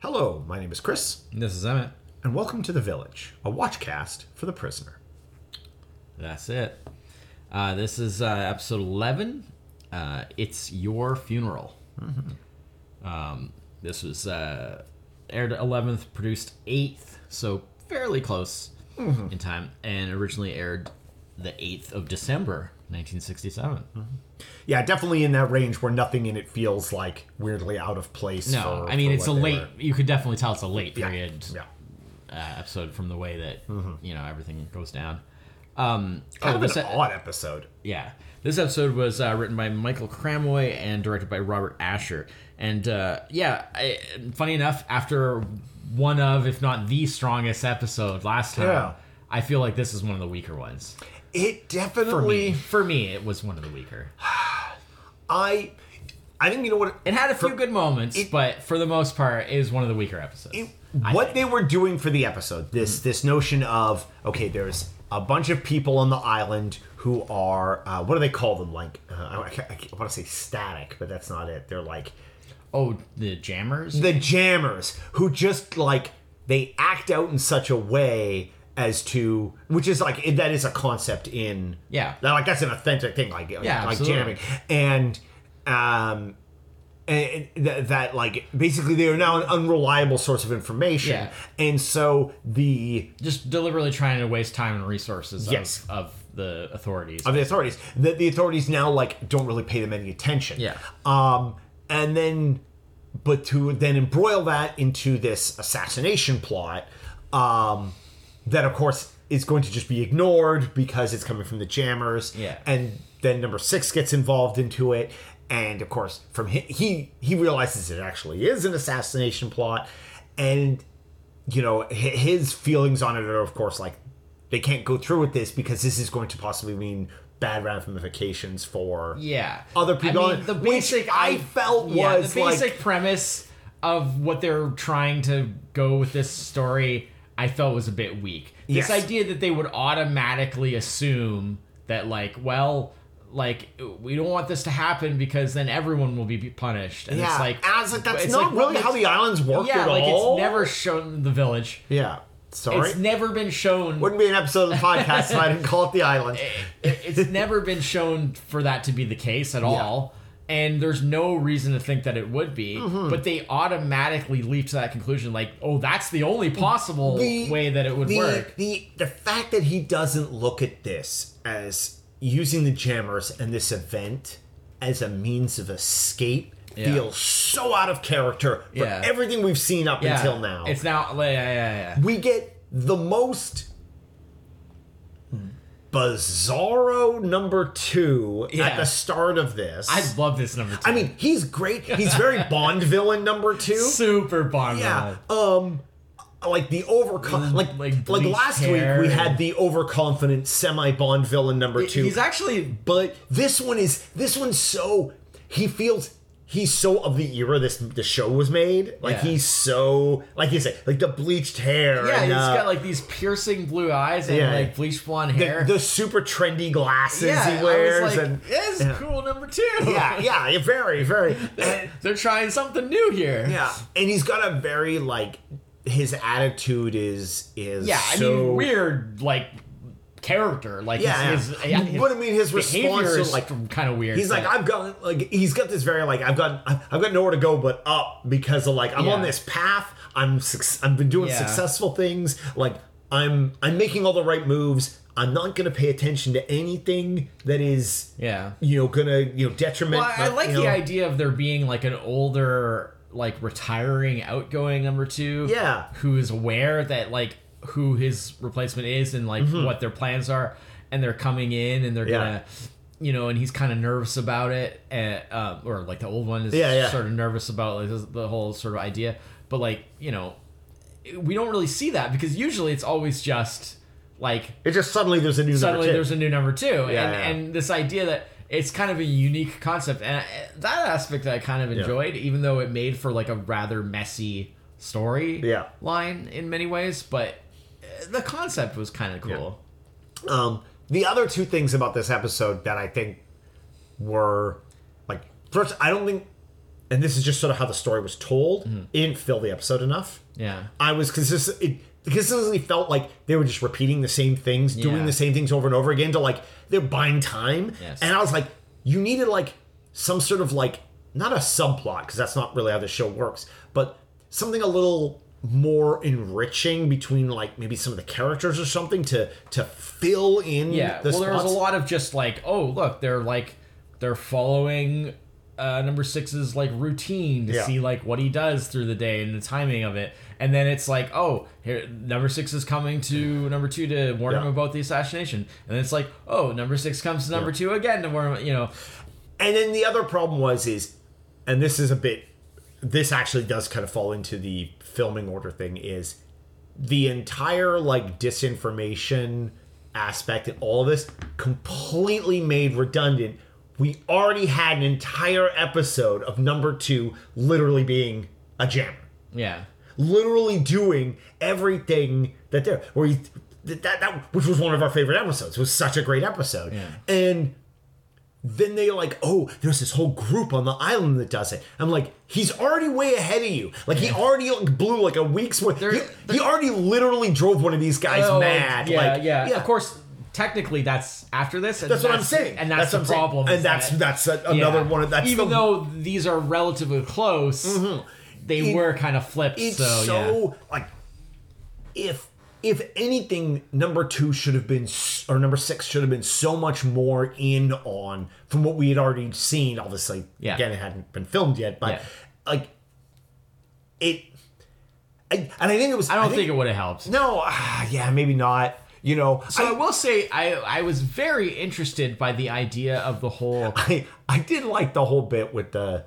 Hello, my name is Chris, This is Emmett. and welcome to The Village, a watchcast for The Prisoner. That's it. Uh, this is uh, episode 11. Uh, it's Your Funeral. Mm-hmm. Um, this was uh, aired 11th, produced 8th, so fairly close Mm-hmm. in time, and originally aired the 8th of December, 1967. Mm-hmm. Yeah, definitely in that range where nothing in it feels like weirdly out of place. No, for- I mean, for it's a what they late, were. you could definitely tell it's a late Yeah, period Yeah. Mm-hmm. uh, episode from the way that, you know, everything goes down. Um, Kind oh, of this- an odd episode. Yeah. This episode was uh, written by Michael Cramoy and directed by Robert Asher. And uh, yeah, I, funny enough, after one of, if not the strongest episode last time, Yeah. I feel like this is one of the weaker ones. It For me, definitely. for me, it was one of the weaker. I. I think you know what. It had a few For- good moments, but for the most part, it was one of the weaker episodes. I what think. they were doing for the episode this Mm-hmm. this notion of okay there's a bunch of people on the island who are uh, what do they call them like uh, I, want to say static but that's not it they're like oh, the jammers. the jammers who just like they act out in such a way as to which is like it- that is a concept in Yeah. like that's an authentic thing like Yeah, like absolutely. jamming and um and th- that like basically they are now an unreliable source of information Yeah. and so the Just deliberately trying to waste time and resources of- Yes. of, the authorities. of the authorities that the authorities now like don't really pay them any attention Yeah. um and then but to then embroil that into this assassination plot um that of course is going to just be ignored because it's coming from the jammers Yeah. and then number six gets involved into it and of course from he he, he realizes it actually is an assassination plot and you know hi- his feelings on it are of course like they can't go through with this because this is going to possibly mean bad ramifications for yeah other people I on it, mean, the which basic I felt yeah, was, the like- basic premise of what they're trying to go with this story i felt was a bit weak this Yes. idea that they would automatically assume that like well like we don't want this to happen because then everyone will be punished and yeah it's like and I was like that's it's not like, what really how makes- the islands work yeah at like all it's never shown in the village yeah sorry it's never been shown wouldn't be an episode of the podcast if I didn't call it the island it- it's never been shown for that to be the case at all. And there's no reason to think that it would be, Mm-hmm. but they automatically leap to that conclusion, like, oh, that's the only possible The- way that it would the, work. The the fact that he doesn't look at this as using the jammers and this event as a means of escape Yeah. feels so out of character for Yeah. everything we've seen up Yeah. until now. it's now, yeah, yeah, yeah. we get the most bizarro number two Yeah. at the start of this. I love this number two. I mean, he's great. He's very Bond villain number two. super bomb. Yeah. Um like the overcon like like like, bleached last week hair we and- had the overconfident semi Bond villain number 2. He's actually, but this one is this one's so he feels he's so of the era this the show was made. Like Yeah. he's so like you say like the bleached hair yeah, and he's uh, got like these piercing blue eyes and Yeah. like bleached blonde hair. the, the super trendy glasses yeah, he wears I was like, and "This is yeah. cool number two. yeah, yeah, very, very. and- They're trying something new here. yeah, and he's got a very like his attitude is is Yeah, I so mean, weird like character. Like, Yeah, his, yeah. his, yeah, his What I mean, his behavior response to, is like- kind of weird. He's like, but- I've got like he's got this very like I've got I've got nowhere to go but up because of like I'm on Yeah. this path. I'm suc- I've been doing Yeah. successful things. Like I'm I'm making all the right moves. I'm not going to pay attention to anything that is yeah. you know going to you know detriment. Well, I, I my- like you the know. idea of there being like an older, like retiring, outgoing number two. Yeah. who is aware that like who his replacement is and like what their plans are, and they're coming in and they're Mm-hmm. Yeah. gonna. You know, and he's kind of nervous about it, and, uh, or like the old one is Yeah, yeah. sort of nervous about like, this- the whole sort of idea. But like, you know, we don't really see that because usually it's always just like It just suddenly there's a new suddenly number two. there's a new number two and, yeah. and this idea that it's kind of a unique concept and I- that aspect i kind of enjoyed even though it made for like a rather messy story Yeah. line in many ways but uh, the concept was kind of cool Um, the other two things about this episode that I think were like first, I don't think and this is just sort of how the story was told. It didn't fill the episode enough. Yeah. I was consistent. It, consistently felt like they were just repeating the same things, doing Yeah. the same things over and over again to like they're buying time. Yes. And I was like, you needed like some sort of like not a subplot because that's not really how the show works, but something a little more enriching between like maybe some of the characters or something to to fill in Yeah. the well, there was a spots. lot of just like, oh, look, they're like, they're following uh, number six's like routine to Yeah. see like what he does through the day and the timing of it. And then it's like, oh, here number six is coming to number two to warn Yeah. him about the assassination. And then it's like, oh, number six comes to number two again to warn him. You know, And then the other problem was is, and this is a bit, this actually does kind of fall into the filming order thing is, the entire like disinformation aspect and all of this completely made redundant. We already had an entire episode of number two literally being a jammer yeah, literally doing everything that there where he that, that that which was one of our favorite episodes was such a great episode Yeah. and then they like oh there's this whole group on the island that does it i'm like he's already way ahead of you like he already like blew like a week's worth There- he, he already literally drove one of these guys Well, mad Yeah, like yeah, Of course, technically, that's after this. And that's what i'm saying and what that's, the I'm saying. problem. is and that's that- that's a, another yeah. one of that's even the, though these are relatively close, they It- were kind of flipped. it's so, so, yeah. like if if anything number two should have been s- or number six should have been so much more in on from what we had already seen obviously Yeah. again it hadn't been filmed yet but Yeah. like it I, and i think it was I don't think, it would have helped. no ah, yeah maybe not you know So I, will say I I was very interested by the idea of the whole. I I did like the whole bit with the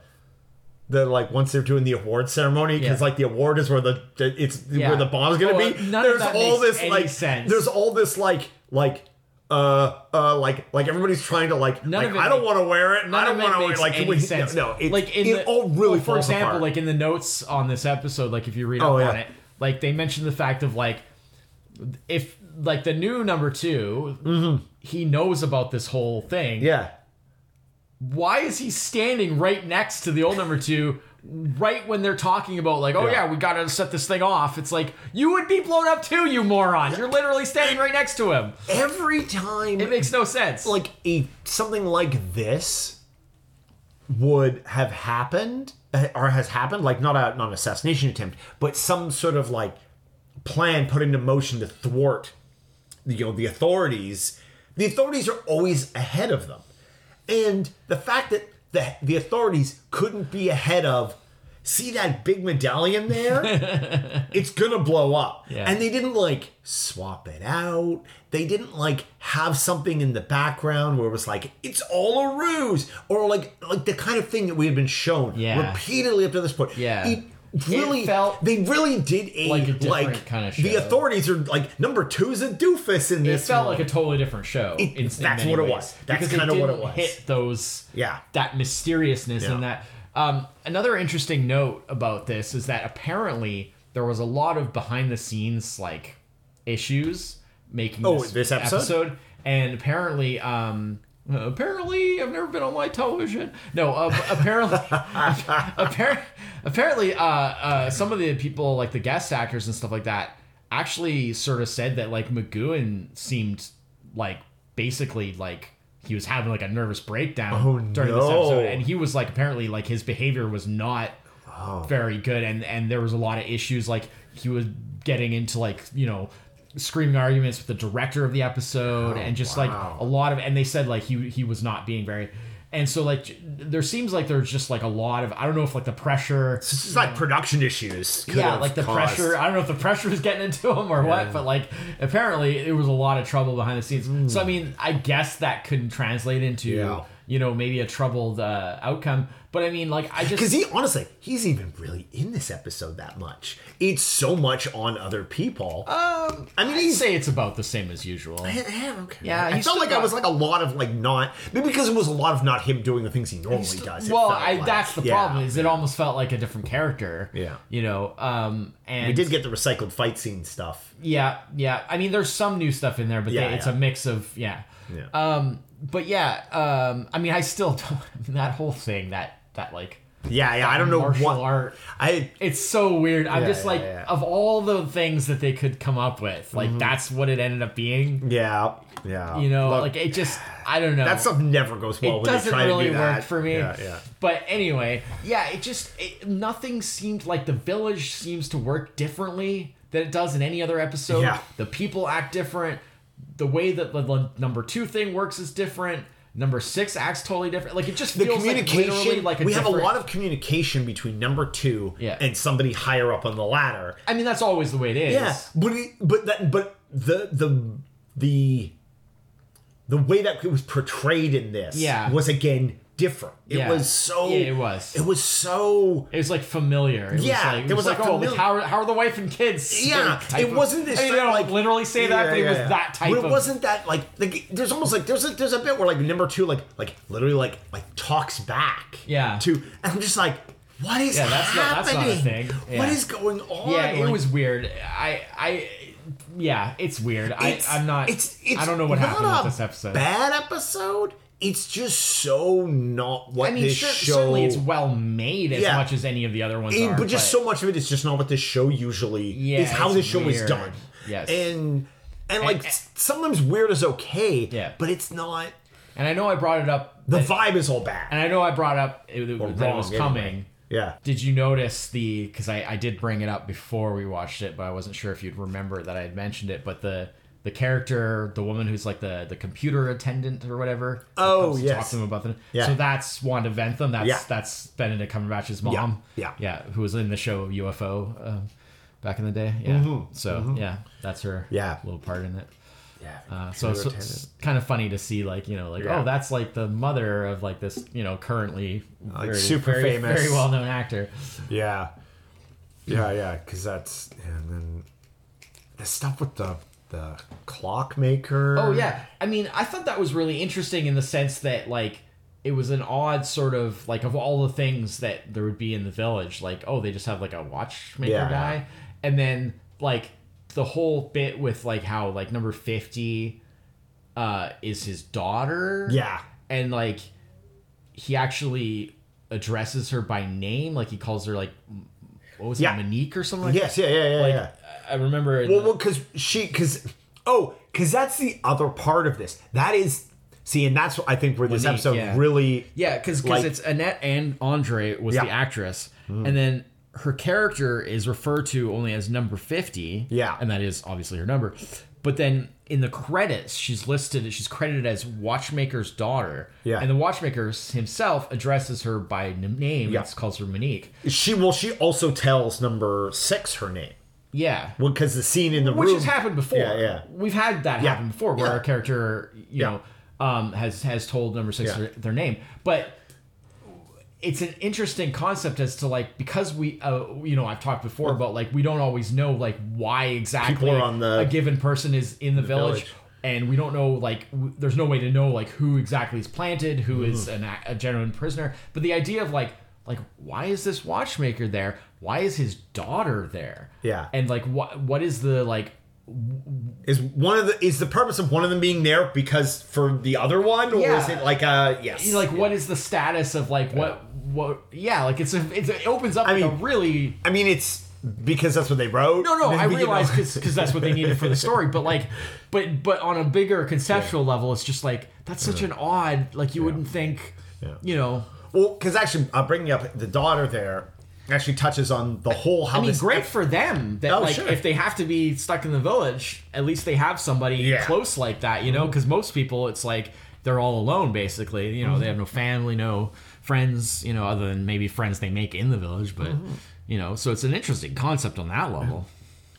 the like once they're doing the award ceremony because Yeah. like the award is where the, the it's Yeah. where the bomb's gonna Oh, be. none of there's that all makes this any like sense. there's all this like like uh uh like like everybody's trying to like, None like, of it I don't make- want to wear it. and I don't None of it want to wear makes like any we- sense. no it, like in it the, all really well, for falls example, apart. like in the notes on this episode, like if you read Oh, up yeah. on it, like they mentioned the fact of like if like the new number 2 he knows about this whole thing. Mm-hmm. yeah Why is he standing right next to the old number two? Right when they're talking about like, oh Yeah. yeah, we gotta set this thing off. It's like you would be blown up too, you moron. You're literally standing right next to him. every time It makes no sense. like a something like this would have happened uh, or has happened like not a not an assassination attempt but some sort of like plan put into motion to thwart you know the authorities the authorities are always ahead of them and the fact that the, the authorities couldn't be ahead of see that big medallion there it's gonna blow up Yeah. and they didn't like swap it out they didn't like have something in the background where it was like it's all a ruse or like like the kind of thing that we had been shown Yeah. repeatedly up to this point Yeah. it really It felt they really did a like like, a different kind of the show. authorities are like number two's a doofus in it this felt one. like a totally different show. in- in that's many what it ways, was. That's because it kinda what didn't it was. Hit those, Yeah. that mysteriousness and Yeah. that. Um, another interesting note about this is that apparently there was a lot of behind the scenes like issues making Oh, this, this episode? and apparently. Um, Apparently, I've never been on my television. No, uh, apparently, apparently, apparently, uh, uh, some of the people, like the guest actors and stuff like that, actually sort of said that like McGowan seemed like basically like he was having like a nervous breakdown Oh, during this no. episode, and he was like apparently like his behavior was not Oh. very good, and and there was a lot of issues like he was getting into like you know screaming arguments with the director of the episode and just Oh, wow. like a lot of and they said like he he was not being very and so like j- there seems like there's just like a lot of I don't know if like the pressure It's just like production issues. could Mm. yeah have like the caused- pressure I don't know if the pressure was getting into him or what but like apparently it was a lot of trouble behind the scenes so I mean I guess that couldn't translate into Hmm. Yeah. you know maybe a troubled uh, outcome but I mean like I just Because he honestly, he's even really in this episode that much. It's so much on other people. um I mean, I'd he's. say it's about the same as usual Yeah, yeah, okay. Yeah, I he's felt still like I got- was like a lot of like not maybe because it was a lot of not him doing the things he normally does. it well felt I like. that's the Yeah. problem is it almost felt like a different character Yeah. you know um and we did get the recycled fight scene stuff. Yeah, yeah. I mean, there's some new stuff in there, but Yeah, they, it's yeah. a mix of yeah. Yeah. Um, but yeah, um, I mean, I still don't, that whole thing that that like Yeah, yeah. I don't know martial what. art. I It's so weird. I'm Yeah, just yeah, like, yeah. Mm-hmm. of all the things that they could come up with, like that's what it ended up being. yeah yeah. You know, Look, like it just, I don't know. that stuff never goes well. it when they doesn't try really to do work that. for me. Yeah, yeah. But anyway, yeah, it just it, nothing seemed like the village seems to work differently than it does in any other episode. Yeah. The people act different. The way that the, the number two thing works is different. Number six acts totally different. Like it just The feels like communication. literally like a we have a different- lot of communication between number two Yeah. and somebody higher up on the ladder. I mean, that's always the way it is. Yeah, but it, but that but the the the the way that it was portrayed in this Yeah. was again different. It Yeah. was so Yeah, it was. it was so It was like familiar. It Yeah, was like, it there was was like, a oh, like famili- how, are, how are the wife and kids? Yeah, Like, type it wasn't this I mean, type, I don't like- literally say that, Yeah, but it yeah, was yeah. that type. But of, it wasn't that like like there's almost like there's a there's a bit where like number two like like literally like like talks back. Yeah. To and I'm just like, what is Yeah, that's not- that's happening? not a thing. What Yeah. is going on? Yeah, it Like, was weird. I, I, yeah, it's weird. it's- I, I'm not. It's, it's I don't know what not happened a with this episode. Bad episode. It's just so not what I mean, this cer- show. certainly it's well made as Yeah. much as any of the other ones And- are, but just so much of it is just not what this show usually Yeah, is. How it's this show is weird. done. Yes. And and like and- s- sometimes weird is okay. Yeah. But it's not. And I know I brought it up. The vibe is all bad. and I know I brought up it, that it wrong, was anyway. coming. yeah. Did you notice the? Because I, I did bring it up before we watched it, but I wasn't sure if you'd remember that I had mentioned it. But the the character, the woman who's like the the computer attendant or whatever. that Oh, comes to Talk yes. to them about the. Yeah. So that's Wanda Ventham. That's Yeah. that's Benedict Cumberbatch's mom. Yeah. Yeah. Who was in the show UFO um, back in the day. Yeah. So yeah, that's her. Mm-hmm. Yeah. Little part in it. Yeah. Uh, so it's, it's kind of funny to see, like you know, like Yeah. oh, that's like the mother of like this, you know, currently Like, super very, famous. very well known actor. yeah. Yeah, yeah, because that's and then the stuff with the the clockmaker. Oh yeah, I mean, I thought that was really interesting in the sense that like it was an odd sort of like of all the things that there would be in the village, like oh they just have like a watchmaker Yeah. guy, and then like the whole bit with like how like number fifty uh, is his daughter, Yeah. and like he actually addresses her by name, like he calls her like m- what was Yeah. it Monique or something like Yes, yeah, yeah, yeah, that. Like, yeah. I I remember. in Well, the- well, because she, because oh, because that's the other part of this. That is, see, and that's what I think where this Monique, episode yeah. really, Yeah, because Like- it's Annette and Andre was the Yeah. Mm-hmm. actress, and then her character is referred to only as number fifty. Yeah. and that is obviously her number. But then in the credits, she's listed. She's credited as watchmaker's daughter. Yeah. and the watchmaker himself addresses her by n- name. Yeah. Yeah, calls her Monique. she well, she also tells number six her name. Yeah. Well, because the scene in the Which room has happened before. Yeah, yeah. We've had that happen before, where Yeah. our character, you Yeah. know, um, has has told number six Yeah. their, their name, but it's an interesting concept as to like because we, uh, you know, I've talked before about like we don't always know like why exactly People are on the- a given person is in the, village. village. And we don't know, like, w- there's no way to know, like, who exactly is planted, who is Mm-hmm. an, a- a genuine prisoner. But the idea of, like, like, why is this watchmaker there? Why is his daughter there? Yeah. And like, what what is the like? is one of the is the purpose of one of them being there because for the other one, or Yeah. is it like a yes? Like, what is the status of like what what? Yeah, like it's a it's a, it opens up like a mean- really. I mean, it's because that's what they wrote. No, no, I You know? realize because that's what they needed for the story, but like, but but on a bigger conceptual level, it's just like that's such an odd like you wouldn't think, Yeah. you know. Well, because actually, uh, bringing up the daughter there actually touches on the whole how I mean, this great for them that Oh, like sure. if they have to be stuck in the village, at least they have somebody Yeah. Mm-hmm. close like that, you know. Because most people, it's like they're all alone basically. You know, Mm-hmm. they have no family, no friends, you know, other than maybe friends they make in the village. But Mm-hmm. you know, so it's an interesting concept on that level.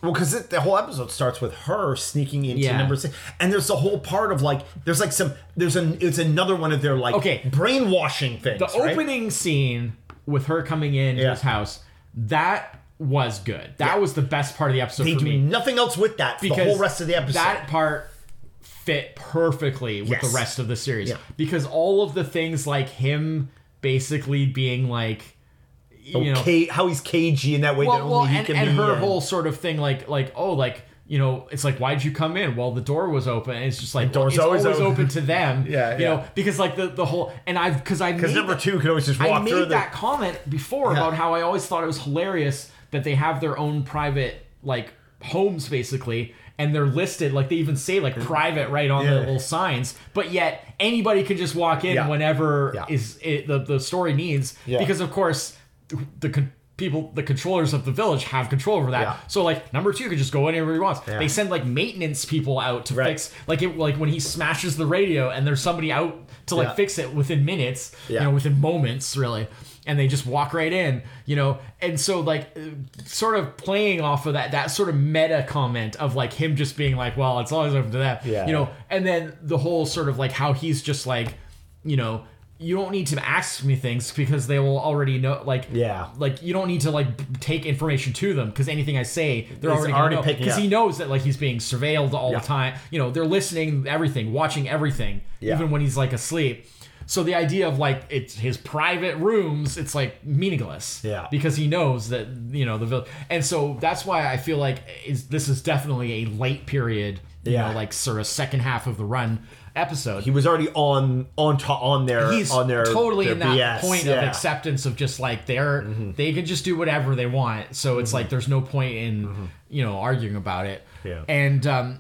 Well, because the whole episode starts with her sneaking into Yeah. number six, and there's a whole part of like, there's like some, there's an, it's another one of their like, Okay. brainwashing things. The right? opening scene with her coming in to Yeah. his house that was good. That was the best part of the episode they for do me. nothing else with that for the whole rest of the episode. That part fit perfectly with Yes. the rest of the series Yeah. because all of the things like him basically being like, you know, Ca- how he's cagey in that way that well, only well, he and, can and be. her whole sort of thing like like oh like you know, it's like, why'd you come in? Well, the door was open. And it's just like, door's well, always it's always, open. open. to them. Yeah, You yeah. know, because like the, the whole, and I've, because I Because made number the- two could always just I walk made through that comment before about how I always thought it was hilarious that they have their own private like homes basically and they're listed like they even say like private right on Yeah. the little signs but yet anybody can just walk in Yeah. whenever Yeah. is it, the the story needs Yeah. because of course the con- people the controllers of the village have control over that Yeah. so like number two can just go anywhere he wants they send like maintenance people out to Right. fix like it like when he smashes the radio and there's somebody out to like Yeah. fix it within minutes Yeah. you know within moments really and they just walk right in you know and so like uh, sort of playing off of that that sort of meta comment of like him just being like well it's always open to that Yeah. you know and then the whole sort of like how he's just like you know you don't need to ask me things because they will already know like Yeah. like you don't need to like b- take information to them because anything i say they're He's already, already gonna know. picking because up. he knows that like he's being surveilled all Yeah. the time you know they're listening everything watching everything Yeah. even when he's like asleep so the idea of like it's his private rooms it's like meaningless Yeah. because he knows that you know the vill- and so that's why i feel like is this is definitely a late period you Yeah. know like sort of second half of the run episode He was already on on to, on their he's on their totally their in BS. that point yeah. Mm-hmm. of acceptance of just like they're they can just do whatever they want so it's like there's no point in you know arguing about it Mm-hmm. Yeah. and um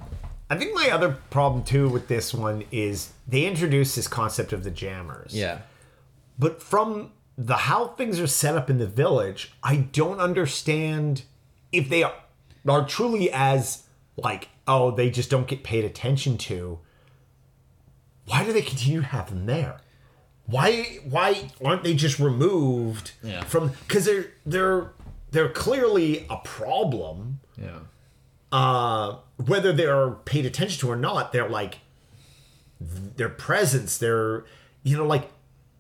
I think my other problem too with this one is they introduced this concept of the jammers. But from the how things are set up in the village, I don't understand if they are, are truly as like, oh, they just don't get paid attention to. Why do they continue to have them there? Why why aren't they just removed Yeah. from because they're they're they're clearly a problem yeah uh, whether they're paid attention to or not, they're like their presence, their you know, like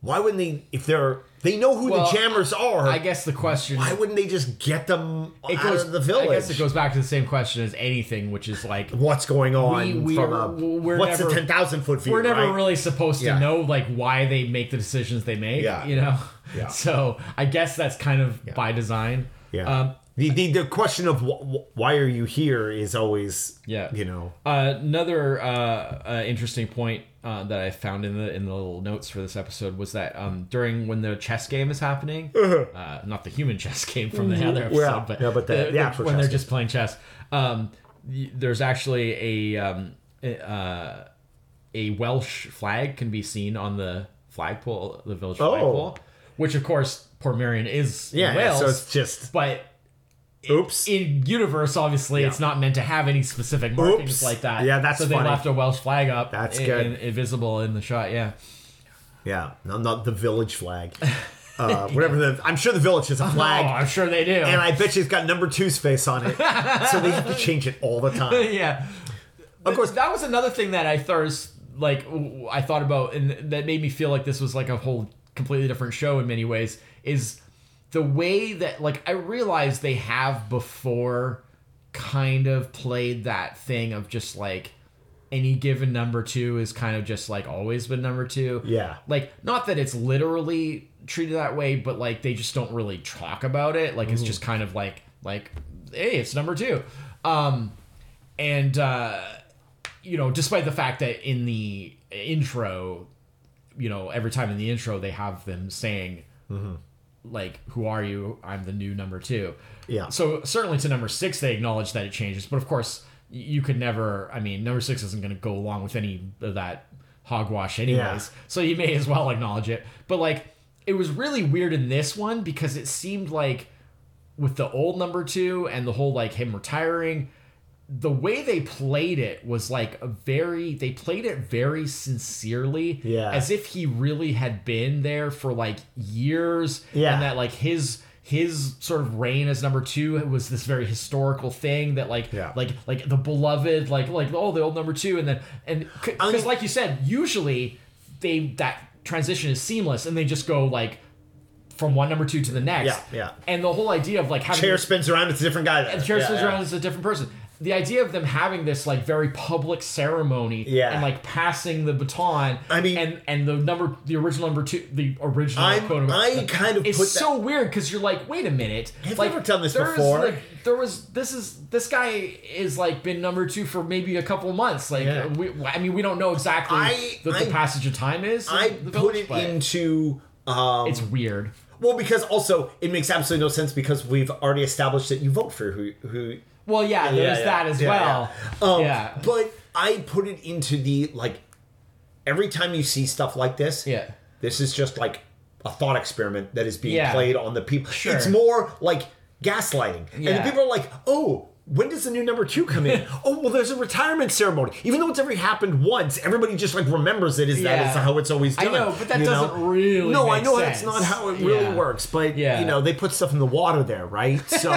why wouldn't they if they're they know who Well, the jammers are, i guess the question why wouldn't they just get them it out goes of the village? i guess it goes back to the same question as anything which is like what's going on We- from we're- a we're what's the never- ten thousand foot view? we're never right? really supposed to Yeah. know like why they make the decisions they make Yeah. you know Yeah. so i guess that's kind of by design yeah. um the, the the question of wh- wh- why are you here is always Yeah. you know Uh, another uh, uh, interesting point uh, that I found in the in the little notes for this episode was that um, during when the chess game is happening, uh, not the human chess game from the other episode, Yeah. but, Mm-hmm. Yeah, but the- the actual when chess they're game. just playing chess, um, y- there's actually a um, a, uh, a Welsh flag can be seen on the flagpole, the village flagpole, which of course Port Marion is in yeah, yeah, Wales, so it's just but oops in universe, obviously, it's not meant to have any specific markings Oops. like that. Yeah, that's so funny. they left a Welsh flag up. That's in, good. in- invisible in the shot. Yeah, yeah no, not the village flag. Uh, whatever the, I'm sure the village has a flag. oh, I'm sure they do. and I bet you it's got number two's face on it. so they have to change it all the time. yeah, Of course, that was another thing that I thirst like w- I thought about, and that made me feel like this was like a whole completely different show in many ways. Is the way that like I realized they have before kind of played that thing of just like any given number two is kind of just like always been number two. Yeah. Like not that it's literally treated that way, but like they just don't really talk about it. Like Mm-hmm. it's just kind of like like hey, it's number two. Um and uh you know, despite the fact that in the intro, you know, every time in the intro they have them saying like who are you? I'm the new number 2. Yeah. So certainly to number 6 they acknowledge that it changes, but of course y- you could never I mean, number 6 isn't going to go along with any of that hogwash anyways. So you may as well acknowledge it. But like it was really weird in this one because it seemed like with the old number 2 and the whole like him retiring the way they played it was like a very they played it very sincerely Yeah. as if he really had been there for like years Yeah. and that like his his sort of reign as number two was this very historical thing that like Yeah. like like the beloved like like oh the old number two and then and I because mean- like you said usually they that transition is seamless and they just go like from one number two to the next Yeah, yeah. and the whole idea of like having chair spins around, it's a different guy. the chair spins around it's a different person the idea of them having this like very public ceremony Yeah. and like passing the baton I mean- and and the number the original number two the original I quote I kind of it's put that so weird because you're like, wait a minute. Have you like, ever done this there is, before? like, there was this is this guy is like been number two for maybe a couple months. Like, Yeah. we, I mean, we don't know exactly I- what the I- passage of time is. in I the put village, it but into um, It's weird. well because also it makes absolutely no sense because we've already established that you vote for who who Well, yeah, there's yeah, that as yeah, well. yeah. Um, yeah. But I put it into the like every time you see stuff like this, Yeah. this is just like a thought experiment that is being Yeah. played on the people. Sure. It's more like gaslighting. And Yeah. the people are like, oh, when does the new number two come in? oh, well, there's a retirement ceremony. Even though it's ever happened once, everybody just like remembers it as Yeah. that is how it's always I done. know, but that you doesn't really No, I make know that's sense. not how it really Yeah. works. But Yeah. you know, they put stuff in the water there, right? So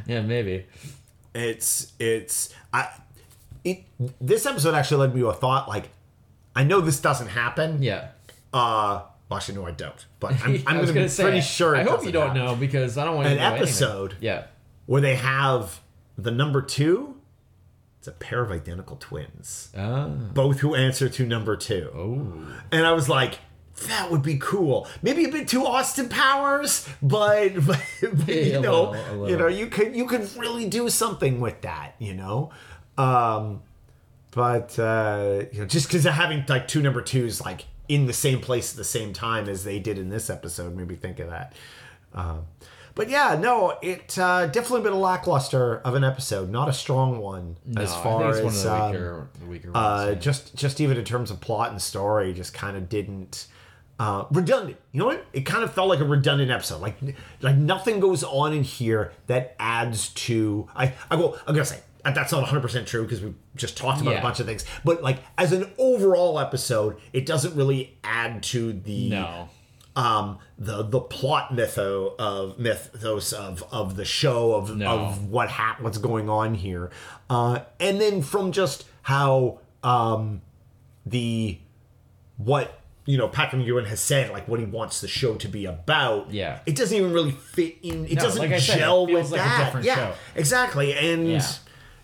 yeah, maybe. it's it's I it this episode actually led me to a thought like I know this doesn't happen. Yeah. Uh well, actually no I don't. But I'm, I'm I was gonna, be say, pretty sure I it hope doesn't you don't happen. know because I don't want you An to know anything. episode. Yeah. Where they have the number two, it's a pair of identical twins. Oh. Both who answer to number two. Ooh. And I was like, that would be cool. Maybe a bit too Austin Powers, but, but Yeah, you a know, little, a little. you know, you could you could really do something with that, you know. Um, but uh, you know, just because having like two number twos like in the same place at the same time as they did in this episode made me think of that. Um, but yeah, no, it uh, definitely been a lackluster of an episode, not a strong one as No, I far think it's as one um, of the weaker, weaker ones. uh, just just even in terms of plot and story, just kind of didn't uh, redundant. You know what? It kind of felt like a redundant episode. Like like nothing goes on in here that adds to. I I go. I'm gonna say uh, that's not 100 percent true because we just talked about Yeah. a bunch of things. But like as an overall episode, it doesn't really add to the no. um the the plot mytho of mythos of of the show of No. of what hap- what's going on here uh and then from just how um the what you know Patrick Ewan has said like what he wants the show to be about Yeah. it doesn't even really fit in it No, doesn't like I said, it gel feels with like a that different yeah show. exactly and Yeah.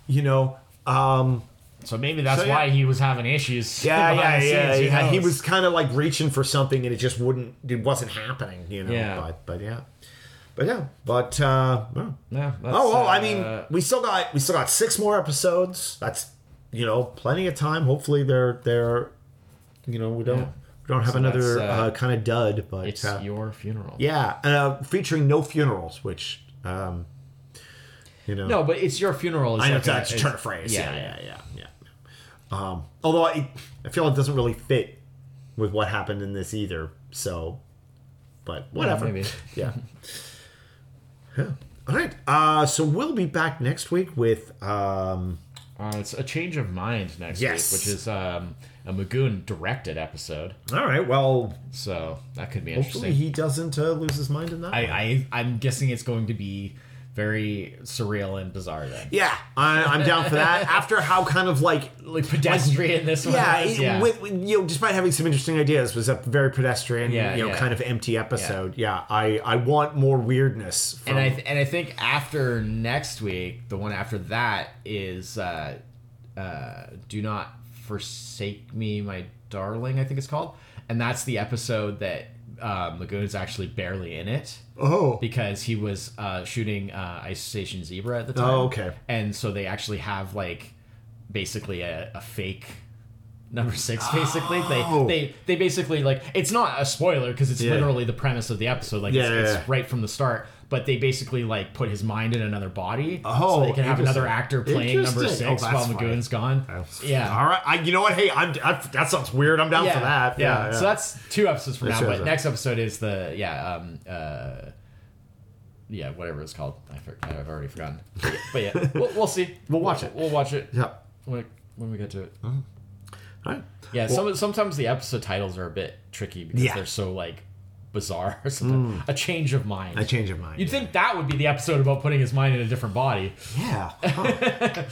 you know um So maybe that's So, yeah. why he was having issues. yeah, yeah, behind the yeah, scenes, who yeah. He knows? was kind of like reaching for something, and it just wouldn't. It wasn't happening, you know. Yeah. But, but yeah, but yeah, but uh, well. Yeah, that's, oh, oh, I uh, mean, we still got we still got six more episodes. That's you know plenty of time. Hopefully, they're they're you know we don't we don't have another uh, that's, uh, kind of dud, but it's uh, your funeral. yeah, uh, featuring no funerals, which um, you know No, but it's your funeral. Is I know like a- that's a is- turn of phrase. Yeah, Yeah, yeah, yeah, yeah. Um, although I, I feel it doesn't really fit with what happened in this either. So, but whatever. Yeah. maybe. Yeah. All right. Uh, so we'll be back next week with. Um, Uh, it's a change of mind next Yes. week, which is um, a Magoon directed episode. all right. Well, So that could be hopefully interesting. he doesn't uh, lose his mind in that. one. I, I I'm guessing it's going to be very surreal and bizarre then. yeah, I, I'm down for that. After how kind of like Like pedestrian this one. yeah, is, it- With, with, you know, despite having some interesting ideas, was a very pedestrian, Yeah, you know, yeah. kind of empty episode. Yeah, I, I want more weirdness. From, and I th- and I think after next week, the one after that is uh, uh, "Do Not Forsake Me, My Darling," I think it's called, and that's the episode that um, Lagoon is actually barely in it oh, because he was uh, shooting uh, Ice Station Zebra at the time. Oh, okay. And so they actually have like basically a, a fake number six. Basically, Oh. they they they basically like it's not a spoiler because it's Yeah. literally the premise of the episode. Like Yeah, it's, yeah, yeah. it's right from the start. But they basically like put his mind in another body, so Oh, they can have another interesting. actor playing number Interesting. Oh, six that's while funny. Magoon's gone. Yeah. Oh. All right, I, you know what? Hey, I'm, I, that sounds weird. I'm down for that. Yeah. So that's two episodes from That's two now, but episodes. next episode is the yeah, um uh yeah, whatever it's called. I for, I've already forgotten. But yeah, but yeah, we'll, we'll see. We'll watch it. We'll watch it yeah. when when we get to it. All right. Yeah, some sometimes the episode titles are a bit tricky because Yeah. they're so like bizarre or something. A change of mind. I change your mind. You'd think that would be the episode about putting his mind in a different body. yeah. Huh.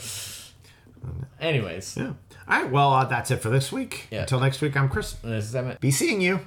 Anyways, yeah. All right. Well, uh, that's it for this week. Yeah. Until next week, I'm Chris. this is Emmett. Be seeing you.